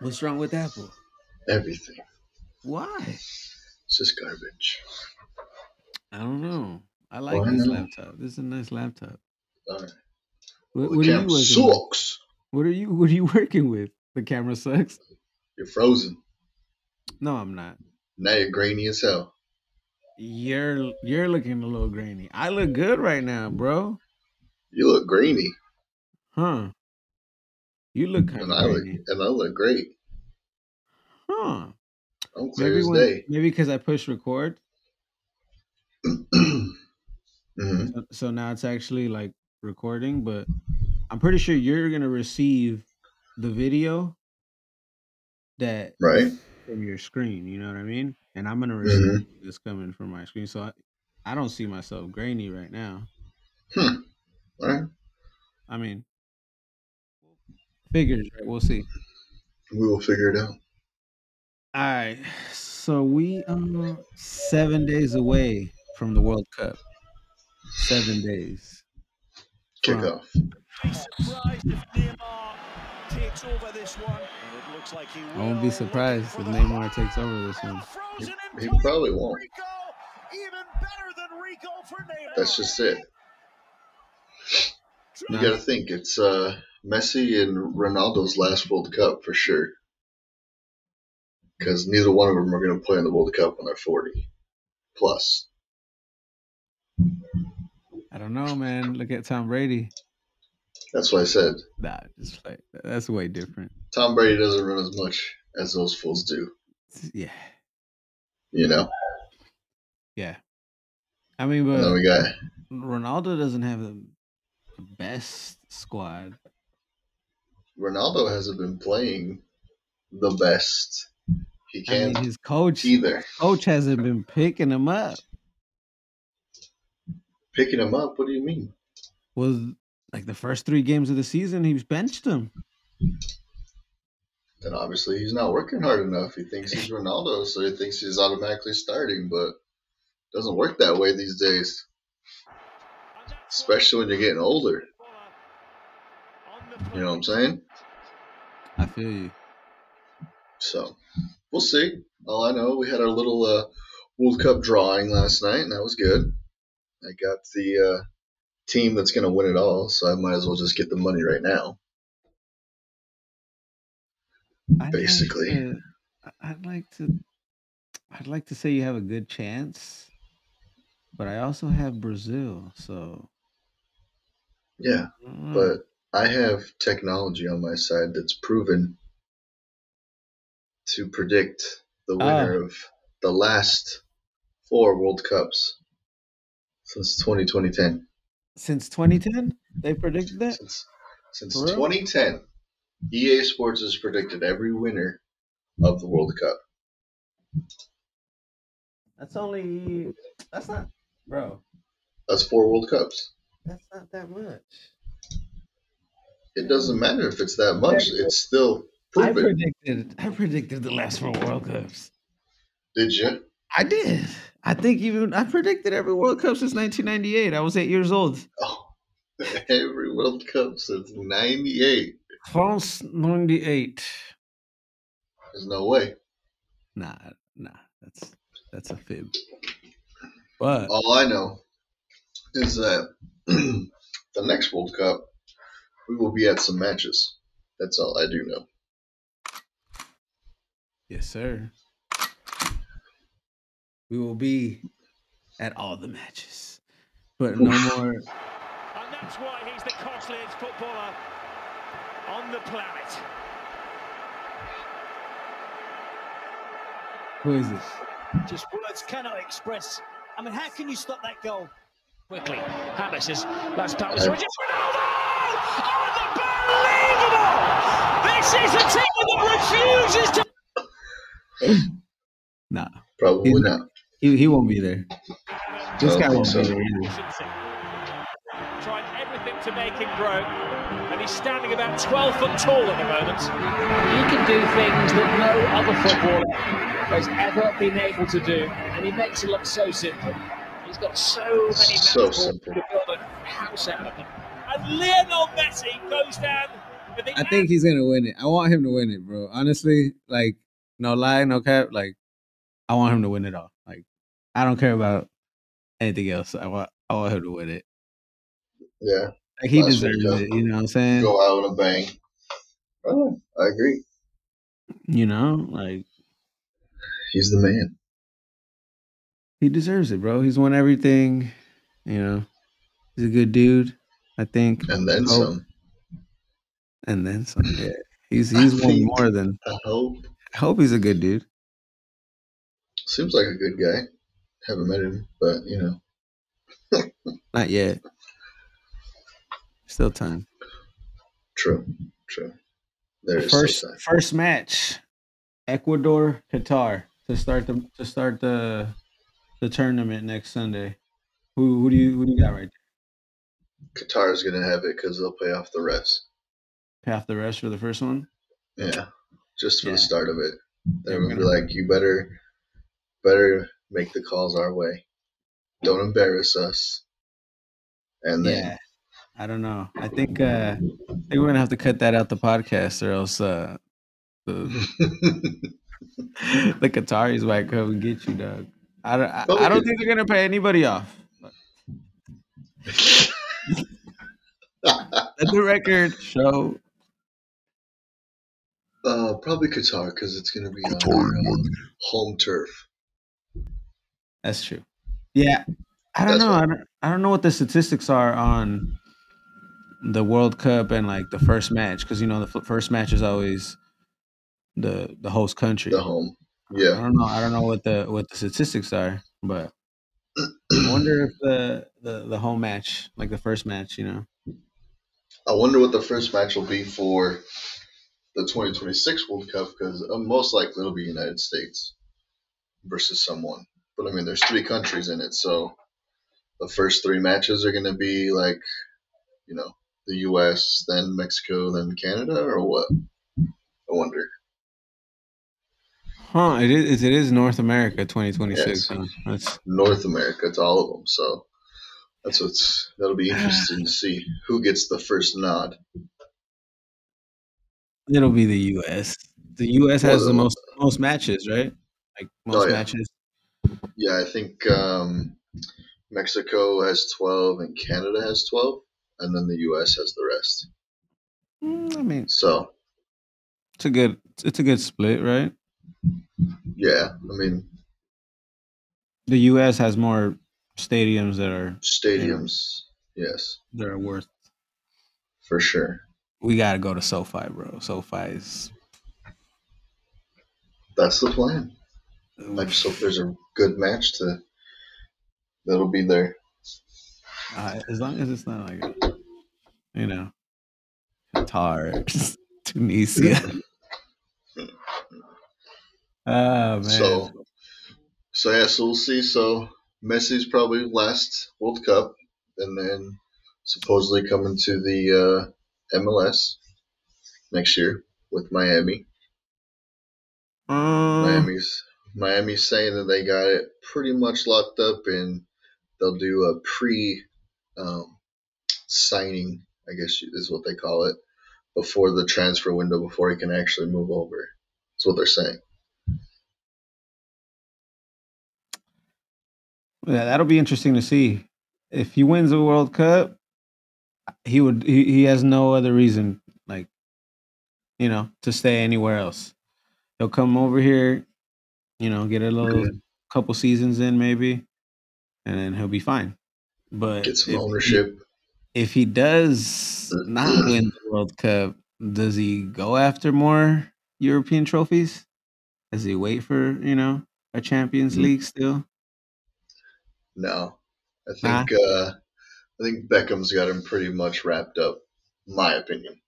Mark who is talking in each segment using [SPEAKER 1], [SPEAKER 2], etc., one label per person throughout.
[SPEAKER 1] What's wrong with Apple?
[SPEAKER 2] Everything.
[SPEAKER 1] Why?
[SPEAKER 2] It's just garbage.
[SPEAKER 1] I don't know. I like
[SPEAKER 2] Why
[SPEAKER 1] this
[SPEAKER 2] not?
[SPEAKER 1] laptop. This is a nice laptop.
[SPEAKER 2] All right.
[SPEAKER 1] What,
[SPEAKER 2] The
[SPEAKER 1] what are you
[SPEAKER 2] camera
[SPEAKER 1] working with?
[SPEAKER 2] sucks.
[SPEAKER 1] What are you What are you working with? The camera sucks.
[SPEAKER 2] You're frozen.
[SPEAKER 1] No, I'm not.
[SPEAKER 2] Now you're grainy as hell.
[SPEAKER 1] You're You're looking a little grainy. I look good right now, bro.
[SPEAKER 2] You look grainy,
[SPEAKER 1] Huh? You look kind
[SPEAKER 2] and
[SPEAKER 1] of
[SPEAKER 2] I look
[SPEAKER 1] grainy.
[SPEAKER 2] and I look great.
[SPEAKER 1] Huh?
[SPEAKER 2] I'm clear
[SPEAKER 1] Maybe
[SPEAKER 2] as
[SPEAKER 1] when
[SPEAKER 2] day.
[SPEAKER 1] Maybe because I push record,
[SPEAKER 2] hmm
[SPEAKER 1] so, so now it's actually like recording. But I'm pretty sure you're gonna receive the video that
[SPEAKER 2] Right.
[SPEAKER 1] is from your screen. You know what I mean? And I'm gonna receive
[SPEAKER 2] hmm
[SPEAKER 1] this coming from my screen. So I, I don't see myself grainy right now.
[SPEAKER 2] Hmm. All right.
[SPEAKER 1] I mean, figures, right? We'll see.
[SPEAKER 2] We will figure it out.
[SPEAKER 1] All right. So we are seven days away from the World Cup. Seven days
[SPEAKER 2] Kick
[SPEAKER 1] from.
[SPEAKER 2] off.
[SPEAKER 3] Be surprised if Neymar takes over this one. And it looks like he
[SPEAKER 1] I won't be
[SPEAKER 3] will, looking
[SPEAKER 1] surprised
[SPEAKER 3] for
[SPEAKER 1] if
[SPEAKER 3] the
[SPEAKER 1] Neymar takes over this
[SPEAKER 3] ah,
[SPEAKER 1] one.
[SPEAKER 2] He,
[SPEAKER 3] frozen in
[SPEAKER 2] he
[SPEAKER 3] time.
[SPEAKER 2] probably won't.
[SPEAKER 3] Rico, even better than Rico for
[SPEAKER 2] That's
[SPEAKER 3] Neymar.
[SPEAKER 2] just it. You
[SPEAKER 1] Nah,
[SPEAKER 2] got
[SPEAKER 3] Drives
[SPEAKER 2] to think it's uh, Messi and Ronaldo's last World Cup for sure, because neither one of them are going to play in the World Cup when they're 40 plus.
[SPEAKER 1] I don't know, man. Look at Tom Brady.
[SPEAKER 2] That's why I said
[SPEAKER 1] Nah, just like that's way different.
[SPEAKER 2] Tom Brady doesn't run as much as those fools do.
[SPEAKER 1] Yeah,
[SPEAKER 2] You know.
[SPEAKER 1] yeah. I mean,
[SPEAKER 2] And then
[SPEAKER 1] but
[SPEAKER 2] we got
[SPEAKER 1] Ronaldo doesn't have the best squad.
[SPEAKER 2] Ronaldo hasn't been playing the best he
[SPEAKER 1] I mean,
[SPEAKER 2] can
[SPEAKER 1] his coach,
[SPEAKER 2] either.
[SPEAKER 1] his coach hasn't been picking him up.
[SPEAKER 2] Picking him up, what do you mean?
[SPEAKER 1] Was like the first three games of the season, he's benched him.
[SPEAKER 2] Then obviously he's not working hard enough. He thinks he's Ronaldo, so he thinks he's automatically starting, but doesn't work that way these days,
[SPEAKER 3] and that's what
[SPEAKER 2] especially when you're getting older.
[SPEAKER 3] Fuller on the
[SPEAKER 2] You know what I'm
[SPEAKER 3] play.
[SPEAKER 2] saying?
[SPEAKER 1] I feel you.
[SPEAKER 2] So we'll see. All I know, we had our little uh, World Cup drawing last night, and that was good. I got the uh, team that's going to win it all, so I might as well just get the money right now,
[SPEAKER 1] I'd like
[SPEAKER 2] basically.
[SPEAKER 1] to. I- I'd like to. I'd like to say you have a good chance, but I also have Brazil. So
[SPEAKER 2] Yeah,
[SPEAKER 1] I don't know.
[SPEAKER 2] but I have technology on my side that's proven to predict the
[SPEAKER 1] Ah,
[SPEAKER 2] winner of the last four World Cups since 2020
[SPEAKER 1] since 2010, they predicted that
[SPEAKER 2] Since since
[SPEAKER 1] for real.
[SPEAKER 2] 2010, EA Sports has predicted every winner of the World Cup.
[SPEAKER 1] That's only. That's not, bro.
[SPEAKER 2] That's four World Cups.
[SPEAKER 1] That's not that much.
[SPEAKER 2] It
[SPEAKER 1] That
[SPEAKER 2] doesn't
[SPEAKER 1] was.
[SPEAKER 2] matter if it's that
[SPEAKER 1] That,
[SPEAKER 2] much; it's still
[SPEAKER 1] I
[SPEAKER 2] proven.
[SPEAKER 1] predicted. I predicted the last four World Cups.
[SPEAKER 2] Did you?
[SPEAKER 1] I did. I think even I predicted every World Cup since 1998. I was eight years old.
[SPEAKER 2] Oh, every World Cup since '98.
[SPEAKER 1] France 98.
[SPEAKER 2] There's no way.
[SPEAKER 1] Nah, nah, that's that's a fib. But
[SPEAKER 2] All I know is that the next World Cup we will be at some matches. That's all I do know.
[SPEAKER 1] yes, sir. We will be at all the matches. But no
[SPEAKER 2] Oof.
[SPEAKER 1] more
[SPEAKER 3] And that's why he's the costliest footballer on the planet.
[SPEAKER 1] who is it?
[SPEAKER 3] Just words cannot express. I mean, how can you stop that goal? Quickly, Hamas is last time was
[SPEAKER 2] I,
[SPEAKER 3] Ronaldo! Oh, Unbelievable! This is a team that refuses to.
[SPEAKER 1] Nah. He's
[SPEAKER 2] probably
[SPEAKER 1] not
[SPEAKER 2] not.
[SPEAKER 1] he, he won't be there.
[SPEAKER 2] I
[SPEAKER 1] This
[SPEAKER 2] don't
[SPEAKER 1] guy
[SPEAKER 2] think
[SPEAKER 1] won't be
[SPEAKER 2] so.
[SPEAKER 1] there either.
[SPEAKER 3] Trying everything to make him grow, and he's standing about 12 foot tall at the moment. You can do things that no other footballer has ever been able to do, and he makes it look so simple. He's got so many
[SPEAKER 2] So
[SPEAKER 3] mouthfuls
[SPEAKER 2] simple.
[SPEAKER 3] to build a house out of them. And Lionel Messi goes down
[SPEAKER 1] I think he's gonna win it. I want him to win it, bro. Honestly, like no lie, no cap. Like I want him to win it all. Like I don't care about anything else. I want I want him to win it.
[SPEAKER 2] Yeah,
[SPEAKER 1] Like he
[SPEAKER 2] Last
[SPEAKER 1] deserves
[SPEAKER 2] week,
[SPEAKER 1] it. You know what I'm saying?
[SPEAKER 2] go out with a bang. Oh, I agree.
[SPEAKER 1] You know, like
[SPEAKER 2] He's the man.
[SPEAKER 1] he deserves it, bro. He's won everything. You know, he's a good dude. I think,
[SPEAKER 2] And then
[SPEAKER 1] Oh.
[SPEAKER 2] some.
[SPEAKER 1] and then some. Yeah, he's he's
[SPEAKER 2] I
[SPEAKER 1] won
[SPEAKER 2] think-
[SPEAKER 1] more than.
[SPEAKER 2] I hope.
[SPEAKER 1] I hope he's a good dude.
[SPEAKER 2] Seems like a good guy. Haven't met him, but you know.
[SPEAKER 1] Not yet. Still time.
[SPEAKER 2] True. True. There is
[SPEAKER 1] first
[SPEAKER 2] still time.
[SPEAKER 1] first match, Ecuador Qatar to start the to start the the tournament next Sunday. Who who do you who do you got right
[SPEAKER 2] Qatar's gonna have it because they'll pay off the refs.
[SPEAKER 1] there? Half the rest for the first one.
[SPEAKER 2] Yeah, just for
[SPEAKER 1] Yeah.
[SPEAKER 2] the start of it, they're
[SPEAKER 1] They're
[SPEAKER 2] gonna be
[SPEAKER 1] gonna-
[SPEAKER 2] like, "You better, better make the calls our way. Don't embarrass us." And then
[SPEAKER 1] Yeah, I don't know. I think uh, I think we're gonna have to cut that out the podcast, or else uh, the the Qataris might come and get you, dog. I don't. I, I don't think they're gonna pay anybody off. Let the record show.
[SPEAKER 2] uh, probably Qatar because it's gonna be on
[SPEAKER 4] Qatari
[SPEAKER 2] their, uh,
[SPEAKER 4] money.
[SPEAKER 2] home turf.
[SPEAKER 1] That's true. Yeah, I don't
[SPEAKER 2] That's
[SPEAKER 1] know.
[SPEAKER 2] what-
[SPEAKER 1] I don't, I don't know what the statistics are on the World Cup and like the first match because you know the f- first match is always the the host country.
[SPEAKER 2] The home.
[SPEAKER 1] I
[SPEAKER 2] Yeah,
[SPEAKER 1] don't know. I don't know what the what the statistics are, but I wonder if the, the the home match, like the first match, you know,
[SPEAKER 2] I wonder what the first match will be for the 2026 World Cup because uh, most likely it'll be United States versus someone. But I mean, there's three countries in it, so the first three matches are going to be like, you know, the U.S., then Mexico, then Canada, or what? I wonder.
[SPEAKER 1] huh? It is it is North America 2026.
[SPEAKER 2] Yes.
[SPEAKER 1] Huh? That's
[SPEAKER 2] North America, it's all of them, so that's what's that'll be interesting to see who gets the first nod.
[SPEAKER 1] it'll be the U.S. The U.S. has the
[SPEAKER 2] Well, uh, oh,
[SPEAKER 1] most most matches, right? Like most
[SPEAKER 2] yeah.
[SPEAKER 1] matches.
[SPEAKER 2] Yeah, I think um, Mexico has 12 and Canada has 12, and then the U.S. has the rest.
[SPEAKER 1] Mm, I mean,
[SPEAKER 2] So,
[SPEAKER 1] it's a good it's a good split, right?
[SPEAKER 2] yeah, I mean,
[SPEAKER 1] The U.S. has more stadiums that are
[SPEAKER 2] stadiums, yes,
[SPEAKER 1] that are worth.
[SPEAKER 2] for sure.
[SPEAKER 1] We gotta go to SoFi, bro. SoFi is
[SPEAKER 2] That's the plan. I just hope there's a good match to that'll be there.
[SPEAKER 1] Uh, as long as it's not like, you know, Qatar, Tunisia. oh man,
[SPEAKER 2] So, so yeah, so we'll see. So Messi's probably last World Cup, and then supposedly coming to the uh, MLS next year with Miami.
[SPEAKER 1] um,
[SPEAKER 2] Miami's Miami's saying that they got it pretty much locked up, and they'll do a pre um, signing, I guess is what they call it, before the transfer window, before he can actually move over. That's what they're saying.
[SPEAKER 1] yeah, that'll be interesting to see. If he wins the World Cup, he would. He, he has no other reason, like, you know, to stay anywhere else. He'll come over here, you know, get a little couple seasons in maybe, and then he'll be fine. But
[SPEAKER 2] Get some
[SPEAKER 1] if he-
[SPEAKER 2] ownership.
[SPEAKER 1] if he does not win the World Cup, does he go after more European trophies? Does he wait for you know a Champions
[SPEAKER 2] Mm.
[SPEAKER 1] League still?
[SPEAKER 2] No, I think uh, I think Beckham's got him pretty much wrapped up. My opinion.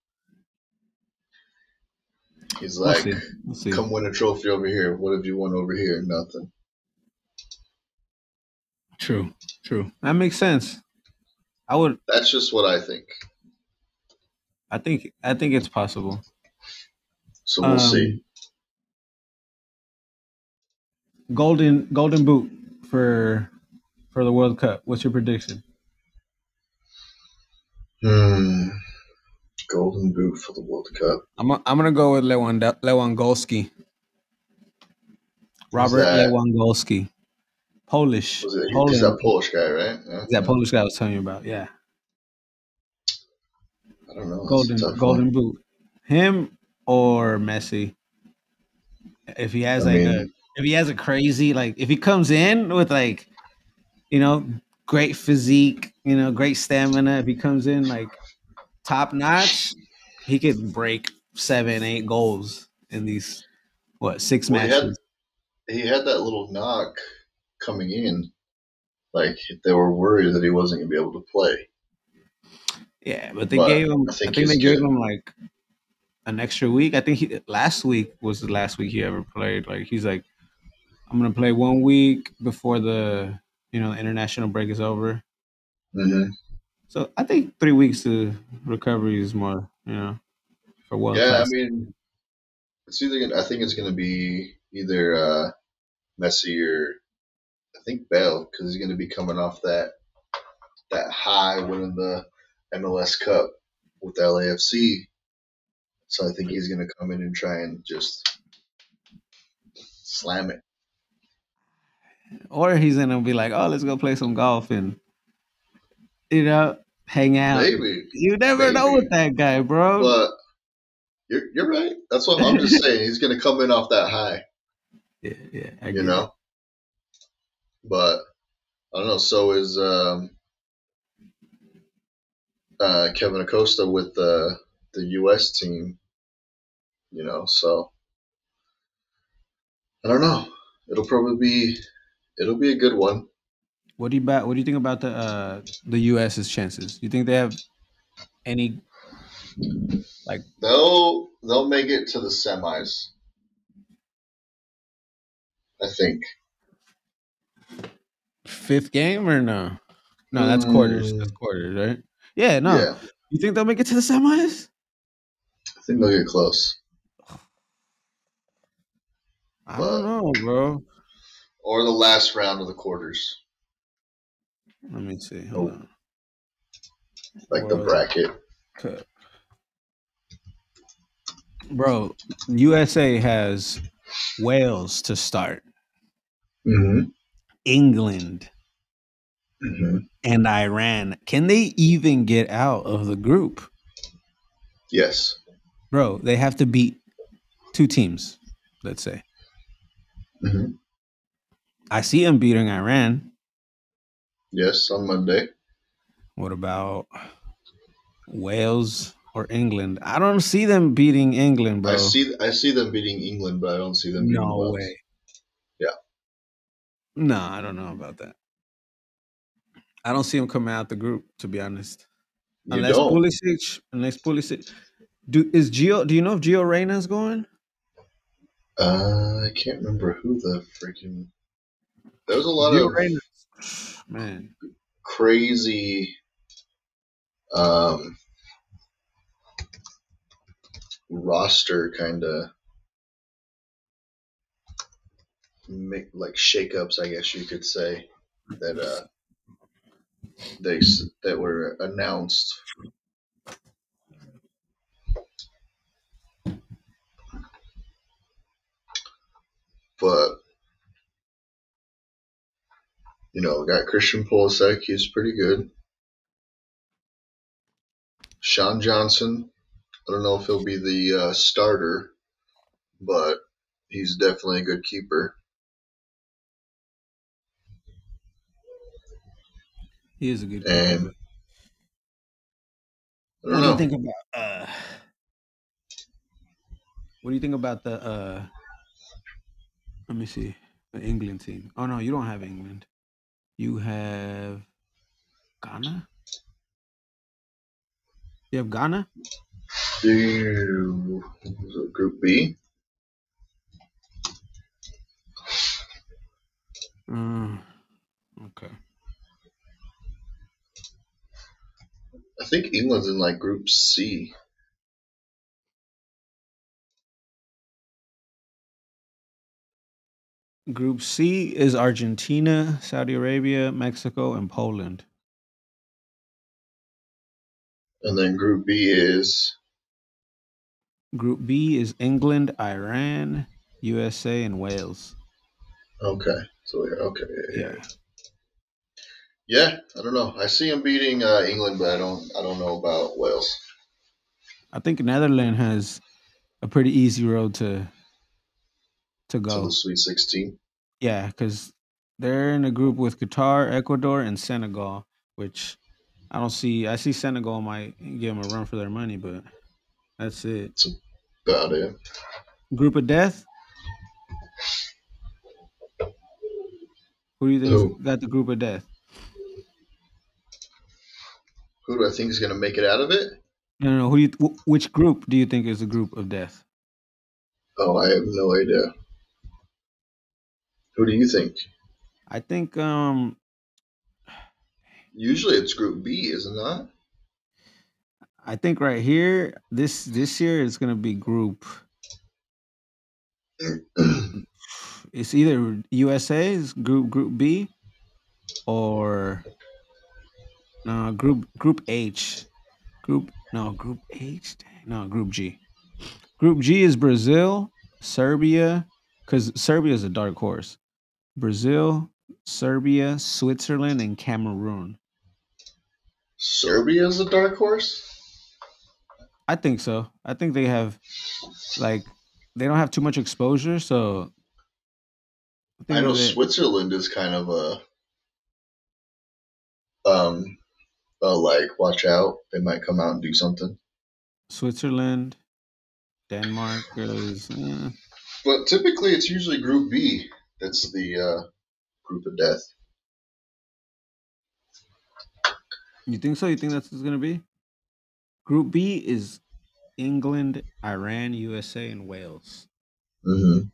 [SPEAKER 2] He's
[SPEAKER 1] We'll
[SPEAKER 2] like,
[SPEAKER 1] see. We'll see.
[SPEAKER 2] come win a trophy over here. What have you won over here? Nothing.
[SPEAKER 1] True, true. That makes sense. I would.
[SPEAKER 2] That's just what I think.
[SPEAKER 1] I think. I think it's possible.
[SPEAKER 2] So we'll
[SPEAKER 1] Um,
[SPEAKER 2] see.
[SPEAKER 1] Golden Golden Boot for for the Um, World Cup. What's your prediction?
[SPEAKER 2] Hmm. Golden boot for the World Cup.
[SPEAKER 1] I'm i I'm gonna go with Lewand- Lewandowski. Robert
[SPEAKER 2] that?
[SPEAKER 1] Lewandowski, Polish.
[SPEAKER 2] Was it,
[SPEAKER 1] Poland.
[SPEAKER 2] he's that Polish guy, right? Yeah.
[SPEAKER 1] That Polish guy I was telling you about. Yeah,
[SPEAKER 2] I don't know. That's a
[SPEAKER 1] golden
[SPEAKER 2] tough
[SPEAKER 1] golden
[SPEAKER 2] one.
[SPEAKER 1] boot. Him or Messi. If he has
[SPEAKER 2] I
[SPEAKER 1] like a
[SPEAKER 2] mean-
[SPEAKER 1] if he has a crazy like if he comes in with like you know great physique, you know great stamina. If he comes in like top notch, he could break seven eight goals in these what six
[SPEAKER 2] Well, he had-
[SPEAKER 1] matches.
[SPEAKER 2] He had that little knock coming in. Like they were worried that he wasn't going to be able to play.
[SPEAKER 1] Yeah, but they
[SPEAKER 2] But
[SPEAKER 1] gave him.
[SPEAKER 2] I
[SPEAKER 1] I
[SPEAKER 2] think
[SPEAKER 1] think,
[SPEAKER 2] he's
[SPEAKER 1] they gave
[SPEAKER 2] good.
[SPEAKER 1] him like an extra week. I think he last week was the last week he ever played. Like he's like, I'm gonna play one week before the you know the international break is over. Mm-hmm.
[SPEAKER 2] hmm
[SPEAKER 1] So I think three weeks to recovery is more you know for world
[SPEAKER 2] Yeah, I
[SPEAKER 1] class.
[SPEAKER 2] mean, it's either gonna, I think it's going to be either uh, Messi or I think Bell because he's going to be coming off that that high winning the MLS Cup with LAFC. So I think he's going to come in and try and just slam it.
[SPEAKER 1] Or he's gonna be like, oh, let's go play some golf and you know hang out.
[SPEAKER 2] Maybe.
[SPEAKER 1] You never know
[SPEAKER 2] Maybe.
[SPEAKER 1] with that guy, bro.
[SPEAKER 2] But you're, you're right. That's what I'm just saying. He's going to come in off that high,
[SPEAKER 1] yeah, yeah, I
[SPEAKER 2] you
[SPEAKER 1] get it.
[SPEAKER 2] know? But I don't know. So is um, uh, Kevin Acosta with the, the U.S. team, you know? So I don't know. It'll probably be. It'll be a good one.
[SPEAKER 1] What do you about? What do you think about the uh, the U.S.'s chances? You think they have any?
[SPEAKER 2] They'll they'll make it to the semis. I think.
[SPEAKER 1] fifth game or no? No, that's quarters. That's
[SPEAKER 2] Mm.
[SPEAKER 1] quarters, right? Yeah, no.
[SPEAKER 2] Yeah,
[SPEAKER 1] You think they'll make it to the semis?
[SPEAKER 2] I think they'll get close.
[SPEAKER 1] I don't know, bro.
[SPEAKER 2] Or the last round of the quarters,
[SPEAKER 1] Let me see.
[SPEAKER 2] Oh.
[SPEAKER 1] Hold on.
[SPEAKER 2] like the
[SPEAKER 1] Well,
[SPEAKER 2] bracket.
[SPEAKER 1] Cup. Bro, USA has Wales to start,
[SPEAKER 2] Mm-hmm.
[SPEAKER 1] England,
[SPEAKER 2] Mm-hmm.
[SPEAKER 1] and Iran. Can they even get out of the group?
[SPEAKER 2] Yes.
[SPEAKER 1] Bro, they have to beat two teams, let's say.
[SPEAKER 2] Mm-hmm.
[SPEAKER 1] I see them beating Iran.
[SPEAKER 2] Yes, on Monday.
[SPEAKER 1] What about Wales or England? I don't see them beating England, bro.
[SPEAKER 2] I see. I see them beating England, but I don't see them. Beating
[SPEAKER 1] no
[SPEAKER 2] Wales.
[SPEAKER 1] way.
[SPEAKER 2] Yeah.
[SPEAKER 1] No, I don't know about that. I don't see them coming out the group, to be honest.
[SPEAKER 2] You
[SPEAKER 1] unless
[SPEAKER 2] don't.
[SPEAKER 1] Pulisic, unless Pulisic, do is Gio? Do you know if Gio Reyna's going?
[SPEAKER 2] Uh, I can't remember who the freaking. There's a lot
[SPEAKER 1] Gio
[SPEAKER 2] of
[SPEAKER 1] Reyna, man.
[SPEAKER 2] crazy um, roster kind of like shakeups, I guess you could say that uh, they s- that were announced. But you know, got Christian Pulisic. He's pretty good. Sean Johnson. I don't know if he'll be the uh, starter, but he's definitely a good keeper.
[SPEAKER 1] He is a good.
[SPEAKER 2] And
[SPEAKER 1] keeper.
[SPEAKER 2] I
[SPEAKER 1] What
[SPEAKER 2] don't
[SPEAKER 1] do you
[SPEAKER 2] know.
[SPEAKER 1] think about? Uh, what do you think about the? Uh, let me see the England team. Oh no, you don't have England. You have Ghana. You have Ghana.
[SPEAKER 2] Do was it Group B?
[SPEAKER 1] Mm, okay.
[SPEAKER 2] I think England's in like Group C.
[SPEAKER 1] Group C is Argentina, Saudi Arabia, Mexico, and Poland.
[SPEAKER 2] And then Group B is
[SPEAKER 1] Group B is England, Iran, USA, and Wales.
[SPEAKER 2] okay. So yeah, okay, yeah, yeah. Yeah, I don't know. I see him beating uh, England, but I don't. I don't know about Wales.
[SPEAKER 1] I think Netherlands has a pretty easy road to to
[SPEAKER 2] So
[SPEAKER 1] go.
[SPEAKER 2] the Sweet Sixteen.
[SPEAKER 1] Yeah, because they're in a group with Qatar, Ecuador, and Senegal, which I don't see. I see Senegal might give them a run for their money, but that's it.
[SPEAKER 2] About it.
[SPEAKER 1] Group of death. Who do you
[SPEAKER 2] Who?
[SPEAKER 1] think got the group of death?
[SPEAKER 2] Who do I think is going to make it out of it?
[SPEAKER 1] No, no. no, Who do you? Wh- which group do you think is the group of death?
[SPEAKER 2] Oh, I have no idea. Who do you think?
[SPEAKER 1] I think um
[SPEAKER 2] Usually it's Group B, is it not?
[SPEAKER 1] I think right here this this year is gonna be group. It's either USA's group group B or no group group H. Group no group H dang, no group G. Group G is Brazil, Serbia, because Serbia is a dark horse. Brazil, Serbia, Switzerland, and Cameroon.
[SPEAKER 2] Serbia is a dark horse.
[SPEAKER 1] I think so. I think they have like they don't have too much exposure, so
[SPEAKER 2] I know
[SPEAKER 1] that-
[SPEAKER 2] Switzerland is kind of a um a like watch out. They might come out and do something.
[SPEAKER 1] Switzerland, Denmark is uh,
[SPEAKER 2] But typically it's usually Group B that's the uh, group of death.
[SPEAKER 1] you think so? You think that's what's gonna be? Group B is England, Iran, USA, and Wales.
[SPEAKER 2] Mm-hmm.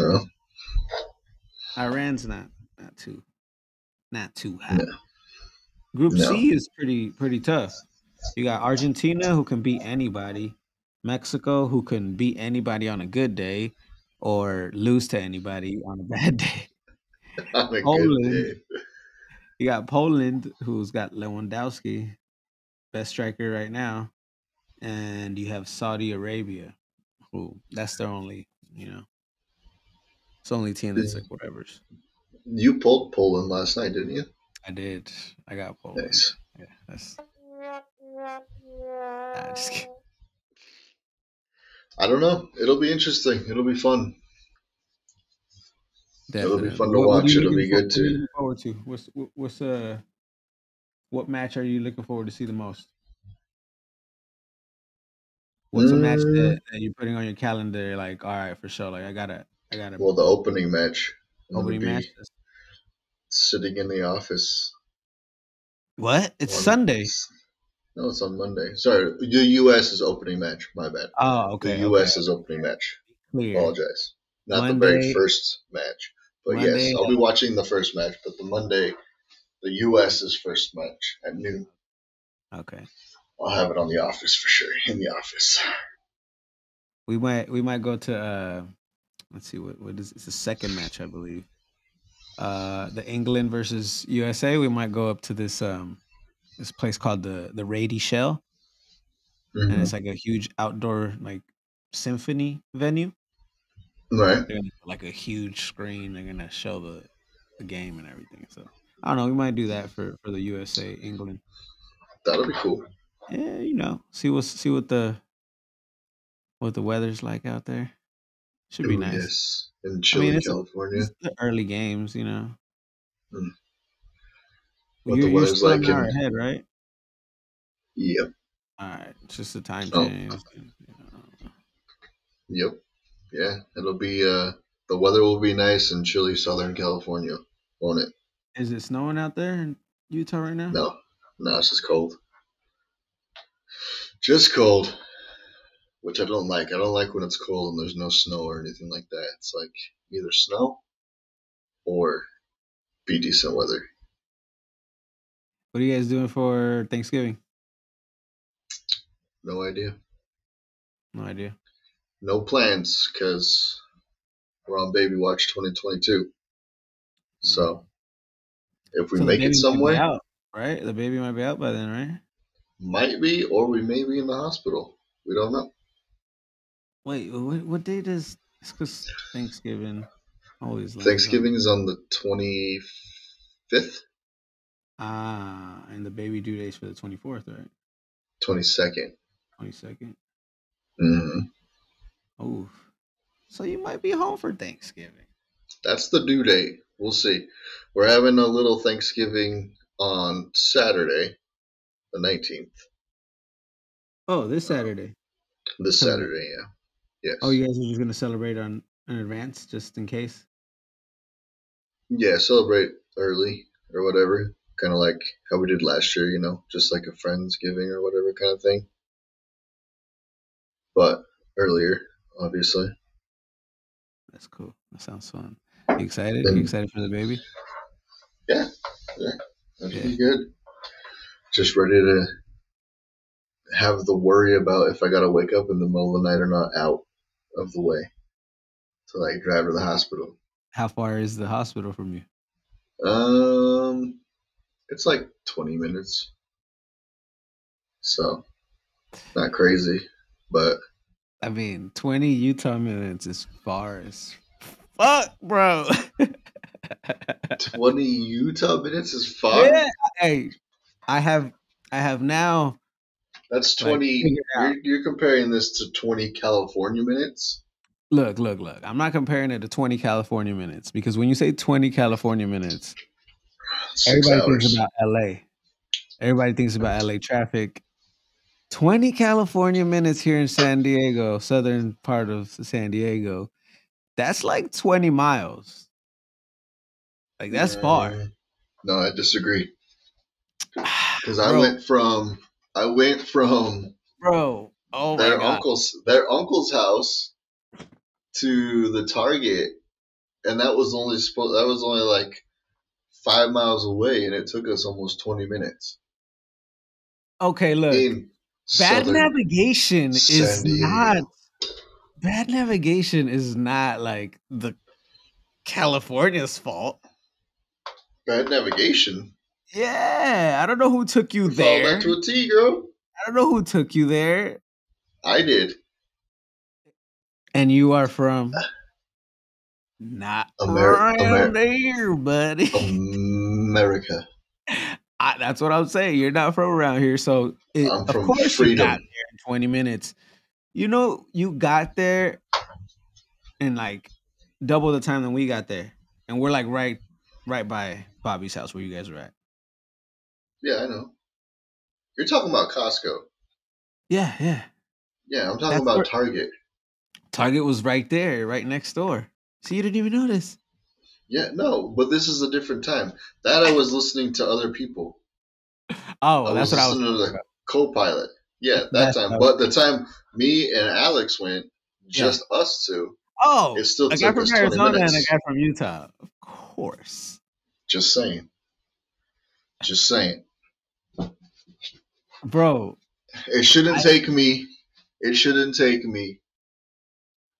[SPEAKER 2] Yeah.
[SPEAKER 1] Iran's not not too not too hot.
[SPEAKER 2] No.
[SPEAKER 1] Group
[SPEAKER 2] No.
[SPEAKER 1] C is pretty pretty tough. You got Argentina who can beat anybody, Mexico who can beat anybody on a good day or lose to anybody on a bad day.
[SPEAKER 2] On a good
[SPEAKER 1] Poland.
[SPEAKER 2] day.
[SPEAKER 1] You got Poland who's got Lewandowski, best striker right now, and you have Saudi Arabia who that's their only, you know. It's the only team that's like whatever's.
[SPEAKER 2] You pulled Poland last night, didn't you?
[SPEAKER 1] I did. I got Poland.
[SPEAKER 2] Nice.
[SPEAKER 1] Yeah, that's. Nah, just kidding.
[SPEAKER 2] I don't know. It'll be interesting. It'll be fun. It'll be
[SPEAKER 1] Definitely.
[SPEAKER 2] fun to
[SPEAKER 1] What- what are
[SPEAKER 2] watch.
[SPEAKER 1] you
[SPEAKER 2] It'll
[SPEAKER 1] looking
[SPEAKER 2] be
[SPEAKER 1] for-
[SPEAKER 2] good
[SPEAKER 1] what are you
[SPEAKER 2] to-
[SPEAKER 1] looking Forward to what's wh- what's uh what match are you looking forward to see the most? What's a match
[SPEAKER 2] Mm.
[SPEAKER 1] that, that you're putting on your calendar? Like, all right, for sure. Like, I gotta, I gotta
[SPEAKER 2] Well, the opening match. would
[SPEAKER 1] opening
[SPEAKER 2] be
[SPEAKER 1] match. That's-
[SPEAKER 2] Sitting in the office.
[SPEAKER 1] What? It's
[SPEAKER 2] on-
[SPEAKER 1] Sunday.
[SPEAKER 2] No, it's on Monday. Sorry, the U.S. is opening match. My bad.
[SPEAKER 1] Oh,
[SPEAKER 2] The
[SPEAKER 1] okay.
[SPEAKER 2] U.S. is opening match.
[SPEAKER 1] okay. Clear.
[SPEAKER 2] Apologize. Not the very
[SPEAKER 1] Monday-
[SPEAKER 2] first match, but yes,
[SPEAKER 1] Monday,
[SPEAKER 2] I'll be watching the first match. But the Monday, the U.S. is first match at noon.
[SPEAKER 1] Okay.
[SPEAKER 2] I'll have it on the office for sure. In the office.
[SPEAKER 1] We might, we might go to. uh Let's see what what is it's the second match I believe. Uh, the England versus USA. We might go up to this um this place called the the Rady Shell.
[SPEAKER 2] Mm-hmm.
[SPEAKER 1] and it's like a huge outdoor like symphony venue.
[SPEAKER 2] Mm-hmm. Right.
[SPEAKER 1] They're gonna put, like a huge screen. They're gonna show the the game and everything. So I don't know. We might do that for for the USA England.
[SPEAKER 2] That'll be cool.
[SPEAKER 1] Yeah, you know, see what see what the what the weather's like out there. Should be
[SPEAKER 2] Ooh,
[SPEAKER 1] nice.
[SPEAKER 2] Yes. In chilly
[SPEAKER 1] it's a-
[SPEAKER 2] California.
[SPEAKER 1] It's the early games, you know.
[SPEAKER 2] Mm. What
[SPEAKER 1] Well,
[SPEAKER 2] the
[SPEAKER 1] you're, you're
[SPEAKER 2] weather's
[SPEAKER 1] still an
[SPEAKER 2] like in-
[SPEAKER 1] hour ahead, right?
[SPEAKER 2] Yep.
[SPEAKER 1] All right, it's just the time
[SPEAKER 2] Oh.
[SPEAKER 1] change. you know.
[SPEAKER 2] Yep. Yeah. It'll be uh the weather will be nice in chilly Southern California, won't it?
[SPEAKER 1] Is it snowing out there in Utah right now?
[SPEAKER 2] No. No, it's just cold. Just cold. Which I don't like. I don't like when it's cold and there's no snow or anything like that. It's like either snow or be decent weather.
[SPEAKER 1] What are you guys doing for Thanksgiving?
[SPEAKER 2] No idea.
[SPEAKER 1] No idea.
[SPEAKER 2] No plans because we're on Baby Watch 2022. So if we
[SPEAKER 1] So the
[SPEAKER 2] make
[SPEAKER 1] baby
[SPEAKER 2] it
[SPEAKER 1] might be
[SPEAKER 2] somewhere,
[SPEAKER 1] out. right? The baby might be out by then, right?
[SPEAKER 2] Might be, or we may be in the hospital. We don't know.
[SPEAKER 1] Wait, what, what day does it's because Thanksgiving always lands on-
[SPEAKER 2] Thanksgiving is on the 25th,
[SPEAKER 1] Ah, and the baby due date's for the twenty fourth, right?
[SPEAKER 2] 22nd.
[SPEAKER 1] Twenty second.
[SPEAKER 2] hmm
[SPEAKER 1] Oof. So you might be home for Thanksgiving.
[SPEAKER 2] That's the due date. We'll see. We're having a little Thanksgiving on Saturday, the 19th.
[SPEAKER 1] Oh, this
[SPEAKER 2] Uh-huh.
[SPEAKER 1] Saturday.
[SPEAKER 2] This
[SPEAKER 1] Sunday.
[SPEAKER 2] Saturday, yeah. Yes.
[SPEAKER 1] Oh, you guys are just gonna celebrate on in advance, just in case.
[SPEAKER 2] Yeah, celebrate early or whatever. Kind of like how we did last year, you know, just like a Friendsgiving or whatever kind of thing. But earlier, obviously.
[SPEAKER 1] That's cool. That sounds fun. You excited? You
[SPEAKER 2] Then-
[SPEAKER 1] excited for the baby?
[SPEAKER 2] That'd
[SPEAKER 1] Yeah.
[SPEAKER 2] be good. Just ready to have the worry about if I gotta wake up in the middle of the night or not out of the way to like drive to the hospital.
[SPEAKER 1] How far is the hospital from you?
[SPEAKER 2] Um, it's like 20 minutes. So, not crazy, but
[SPEAKER 1] I mean, twenty Utah minutes is far as fuck, bro.
[SPEAKER 2] 20 Utah minutes is far.
[SPEAKER 1] yeah. Hey, I have, I have now.
[SPEAKER 2] That's
[SPEAKER 1] Like,
[SPEAKER 2] 20.
[SPEAKER 1] figure it out.
[SPEAKER 2] you're, you're comparing this to 20 California minutes.
[SPEAKER 1] Look, look, look. I'm not comparing it to 20 California minutes because when you say 20 California minutes,
[SPEAKER 2] Six
[SPEAKER 1] everybody
[SPEAKER 2] hours.
[SPEAKER 1] thinks about LA. Everybody thinks about LA traffic. 20 California minutes here in San Diego, southern part of San Diego. That's like 20 miles. Like that's far.
[SPEAKER 2] Mm, No, I disagree. Because I
[SPEAKER 1] Bro.
[SPEAKER 2] went from I went from
[SPEAKER 1] Bro. Oh my
[SPEAKER 2] their
[SPEAKER 1] god.
[SPEAKER 2] uncle's their uncle's house to the Target, and that was only spo- that was only like five miles away, and it took us almost twenty minutes.
[SPEAKER 1] Okay, look.
[SPEAKER 2] In
[SPEAKER 1] bad
[SPEAKER 2] southern-
[SPEAKER 1] navigation is
[SPEAKER 2] San Diego.
[SPEAKER 1] not bad navigation is not like the california's fault
[SPEAKER 2] bad navigation.
[SPEAKER 1] yeah i don't know who took you
[SPEAKER 2] Follow
[SPEAKER 1] there
[SPEAKER 2] that to a T, girl.
[SPEAKER 1] i don't know who took you there
[SPEAKER 2] I did
[SPEAKER 1] and you are from not
[SPEAKER 2] Uh, Amer- Oh.
[SPEAKER 1] around
[SPEAKER 2] Amer-
[SPEAKER 1] there buddy
[SPEAKER 2] America.
[SPEAKER 1] I, that's what i'm saying you're not from around here so it,
[SPEAKER 2] I'm
[SPEAKER 1] of
[SPEAKER 2] from
[SPEAKER 1] course
[SPEAKER 2] freedom.
[SPEAKER 1] you got there in 20 minutes you know you got there in like double the time than we got there and we're like right right by bobby's house where you guys were at
[SPEAKER 2] Yeah, I know. You're talking about Costco.
[SPEAKER 1] yeah yeah
[SPEAKER 2] Yeah, I'm talking
[SPEAKER 1] That's
[SPEAKER 2] about
[SPEAKER 1] where-
[SPEAKER 2] Target.
[SPEAKER 1] target was right there right next door so you didn't even notice
[SPEAKER 2] Yeah, no, but this is a different time. That I was listening to other people.
[SPEAKER 1] oh
[SPEAKER 2] I
[SPEAKER 1] that's
[SPEAKER 2] was
[SPEAKER 1] what i was
[SPEAKER 2] listening to
[SPEAKER 1] talking
[SPEAKER 2] the
[SPEAKER 1] about.
[SPEAKER 2] co-pilot. Yeah, that
[SPEAKER 1] That's
[SPEAKER 2] time.
[SPEAKER 1] how-
[SPEAKER 2] But the time me and Alex went, just us two,
[SPEAKER 1] oh
[SPEAKER 2] it still
[SPEAKER 1] a guy
[SPEAKER 2] took
[SPEAKER 1] from
[SPEAKER 2] us twenty
[SPEAKER 1] arizona and
[SPEAKER 2] minutes.
[SPEAKER 1] a guy from utah of course
[SPEAKER 2] Just saying. Just saying.
[SPEAKER 1] bro
[SPEAKER 2] It shouldn't
[SPEAKER 1] I-
[SPEAKER 2] take me. It shouldn't take me.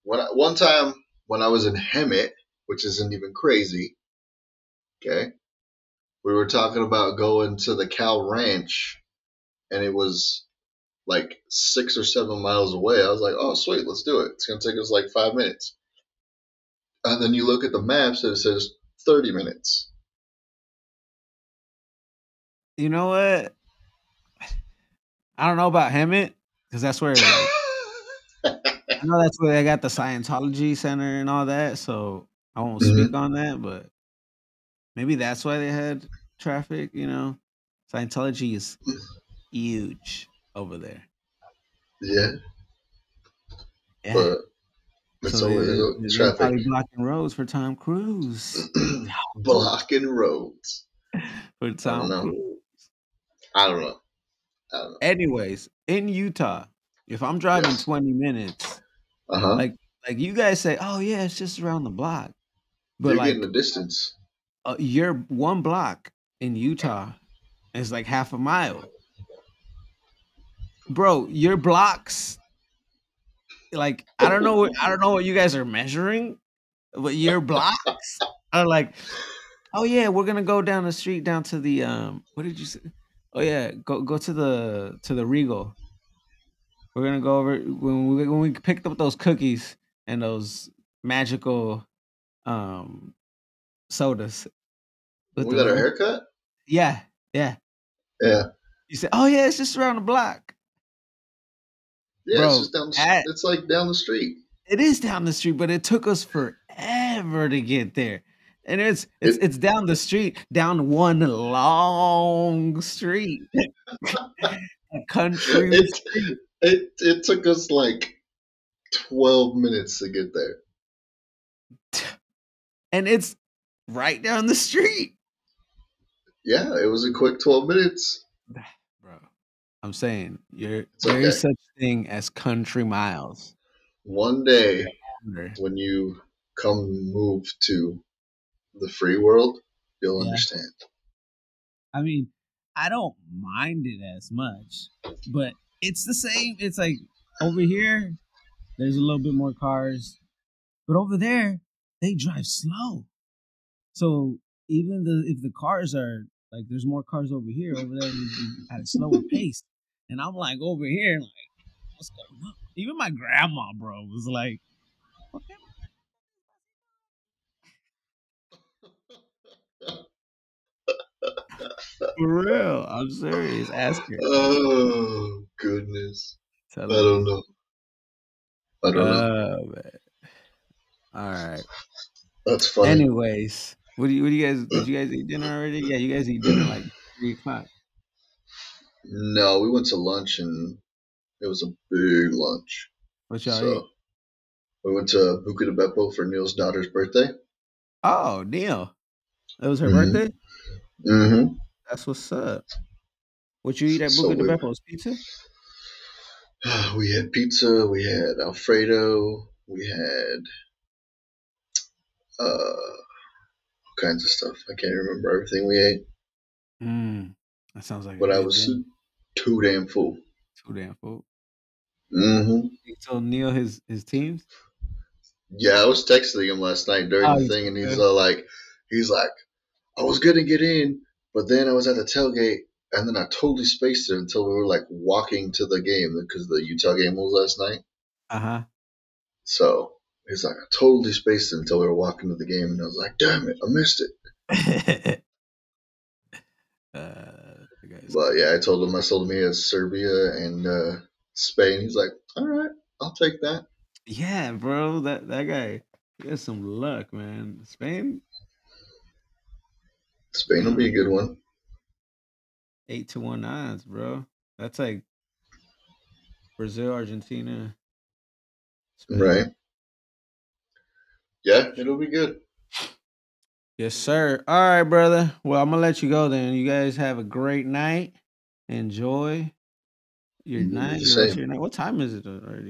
[SPEAKER 2] When I, one time when I was in Hemet, which isn't even crazy. Okay, we were talking about going to the Cow Ranch, and it was like six or seven miles away. I was like, "Oh, sweet, let's do it. It's gonna take us like five minutes." And then you look at the maps, and it says thirty minutes.
[SPEAKER 1] you know what i don't know about hemet because that's where I know that's where they got the Scientology Center and all that, so I won't
[SPEAKER 2] Mhm.
[SPEAKER 1] speak on that, but maybe that's why they had traffic, you know? Scientology is huge over there.
[SPEAKER 2] yeah,
[SPEAKER 1] Yeah.
[SPEAKER 2] but it's
[SPEAKER 1] So
[SPEAKER 2] always
[SPEAKER 1] they- they're
[SPEAKER 2] traffic
[SPEAKER 1] probably blocking roads for Tom Cruise.
[SPEAKER 2] blocking roads.
[SPEAKER 1] For Tom
[SPEAKER 2] know.
[SPEAKER 1] Cruise.
[SPEAKER 2] I don't know. I don't know.
[SPEAKER 1] Anyways, in Utah, if I'm driving
[SPEAKER 2] Yes.
[SPEAKER 1] 20 minutes,
[SPEAKER 2] Uh huh.
[SPEAKER 1] Like, like you guys say, oh yeah, it's just around the block. But
[SPEAKER 2] You're
[SPEAKER 1] like
[SPEAKER 2] getting the distance.
[SPEAKER 1] uh, your one block in Utah is like half a mile. Bro, your blocks like I don't know what I don't know what you guys are measuring, but your blocks are like oh yeah, we're gonna go down the street down to the um. What did you say? Oh yeah, go go to the to the Regal. We're gonna go over when we when we picked up those cookies and those magical um sodas.
[SPEAKER 2] We
[SPEAKER 1] with the-
[SPEAKER 2] got our haircut.
[SPEAKER 1] Yeah, yeah.
[SPEAKER 2] Yeah,
[SPEAKER 1] You said, oh yeah, it's just around the block.
[SPEAKER 2] yeah.
[SPEAKER 1] Bro,
[SPEAKER 2] it's just down. The,
[SPEAKER 1] that-
[SPEAKER 2] it's like down the street.
[SPEAKER 1] It is down the street, but it took us forever to get there. And it's it's
[SPEAKER 2] It-
[SPEAKER 1] it's down the street, down one long street. A country.
[SPEAKER 2] It, it it took us like twelve minutes to get there.
[SPEAKER 1] and it's right down the street.
[SPEAKER 2] Yeah, it was a quick twelve minutes.
[SPEAKER 1] Bro, I'm saying you're
[SPEAKER 2] It's
[SPEAKER 1] there is
[SPEAKER 2] okay.
[SPEAKER 1] such thing as country miles.
[SPEAKER 2] One day
[SPEAKER 1] Wonder.
[SPEAKER 2] when you come move to the free world, you'll
[SPEAKER 1] Yeah.
[SPEAKER 2] understand.
[SPEAKER 1] I mean, I don't mind it as much, but it's the same. It's like over here, there's a little bit more cars, but over there, they drive slow. So even the if the cars are like there's more cars over here, over there they're at a slower pace, and I'm like over here like what's going on? Even my grandma, bro, was like, okay, for real, I'm serious. Ask her.
[SPEAKER 2] Oh goodness!
[SPEAKER 1] Tell
[SPEAKER 2] I
[SPEAKER 1] her.
[SPEAKER 2] don't know. I don't know.
[SPEAKER 1] Oh man. All right.
[SPEAKER 2] That's funny.
[SPEAKER 1] Anyways, what do you what do you guys did you guys eat dinner already? Yeah, you guys eat dinner like three o'clock.
[SPEAKER 2] No, we went to lunch and it was a big lunch.
[SPEAKER 1] What y'all eat?
[SPEAKER 2] So we went to Buca de Beppo for Neil's daughter's birthday.
[SPEAKER 1] Oh, Neil. It was her
[SPEAKER 2] Mhm.
[SPEAKER 1] birthday?
[SPEAKER 2] Mm-hmm.
[SPEAKER 1] That's what's up. What you eat at
[SPEAKER 2] So
[SPEAKER 1] Buca de
[SPEAKER 2] we-
[SPEAKER 1] Beppo's pizza?
[SPEAKER 2] We had pizza. We had Alfredo. We had uh, all kinds of stuff. I can't remember everything we ate,
[SPEAKER 1] Mm. That sounds like a
[SPEAKER 2] but I
[SPEAKER 1] good
[SPEAKER 2] was
[SPEAKER 1] dinner.
[SPEAKER 2] too damn full.
[SPEAKER 1] too damn full.
[SPEAKER 2] Mm-hmm.
[SPEAKER 1] You told Neil his his teams?
[SPEAKER 2] Yeah, I was texting him last night during
[SPEAKER 1] Oh,
[SPEAKER 2] the
[SPEAKER 1] he's
[SPEAKER 2] thing, and he's
[SPEAKER 1] good.
[SPEAKER 2] uh, like, he's like, I was gonna get in, but then I was at the tailgate, and then I totally spaced it until we were like walking to the game because the Utah game was last night.
[SPEAKER 1] Uh-huh.
[SPEAKER 2] So he's like, I totally spaced it until we were walking to the game, and I was like, damn it, I missed it.
[SPEAKER 1] uh you guys-
[SPEAKER 2] But yeah, I told him I sold me as Serbia and uh, Spain. He's like, all right, I'll take that.
[SPEAKER 1] Yeah, bro, that that guy he has some luck, man. Spain
[SPEAKER 2] Spain will be a good one.
[SPEAKER 1] eight to one odds, bro. That's like Brazil, Argentina, Spain.
[SPEAKER 2] Right. Yeah, it'll be good.
[SPEAKER 1] Yes, sir. All right, brother. Well, I'm gonna let you go then. You guys have a great night. Enjoy your
[SPEAKER 2] You do
[SPEAKER 1] night. your
[SPEAKER 2] the
[SPEAKER 1] rest of
[SPEAKER 2] same.
[SPEAKER 1] your night. What time is it already?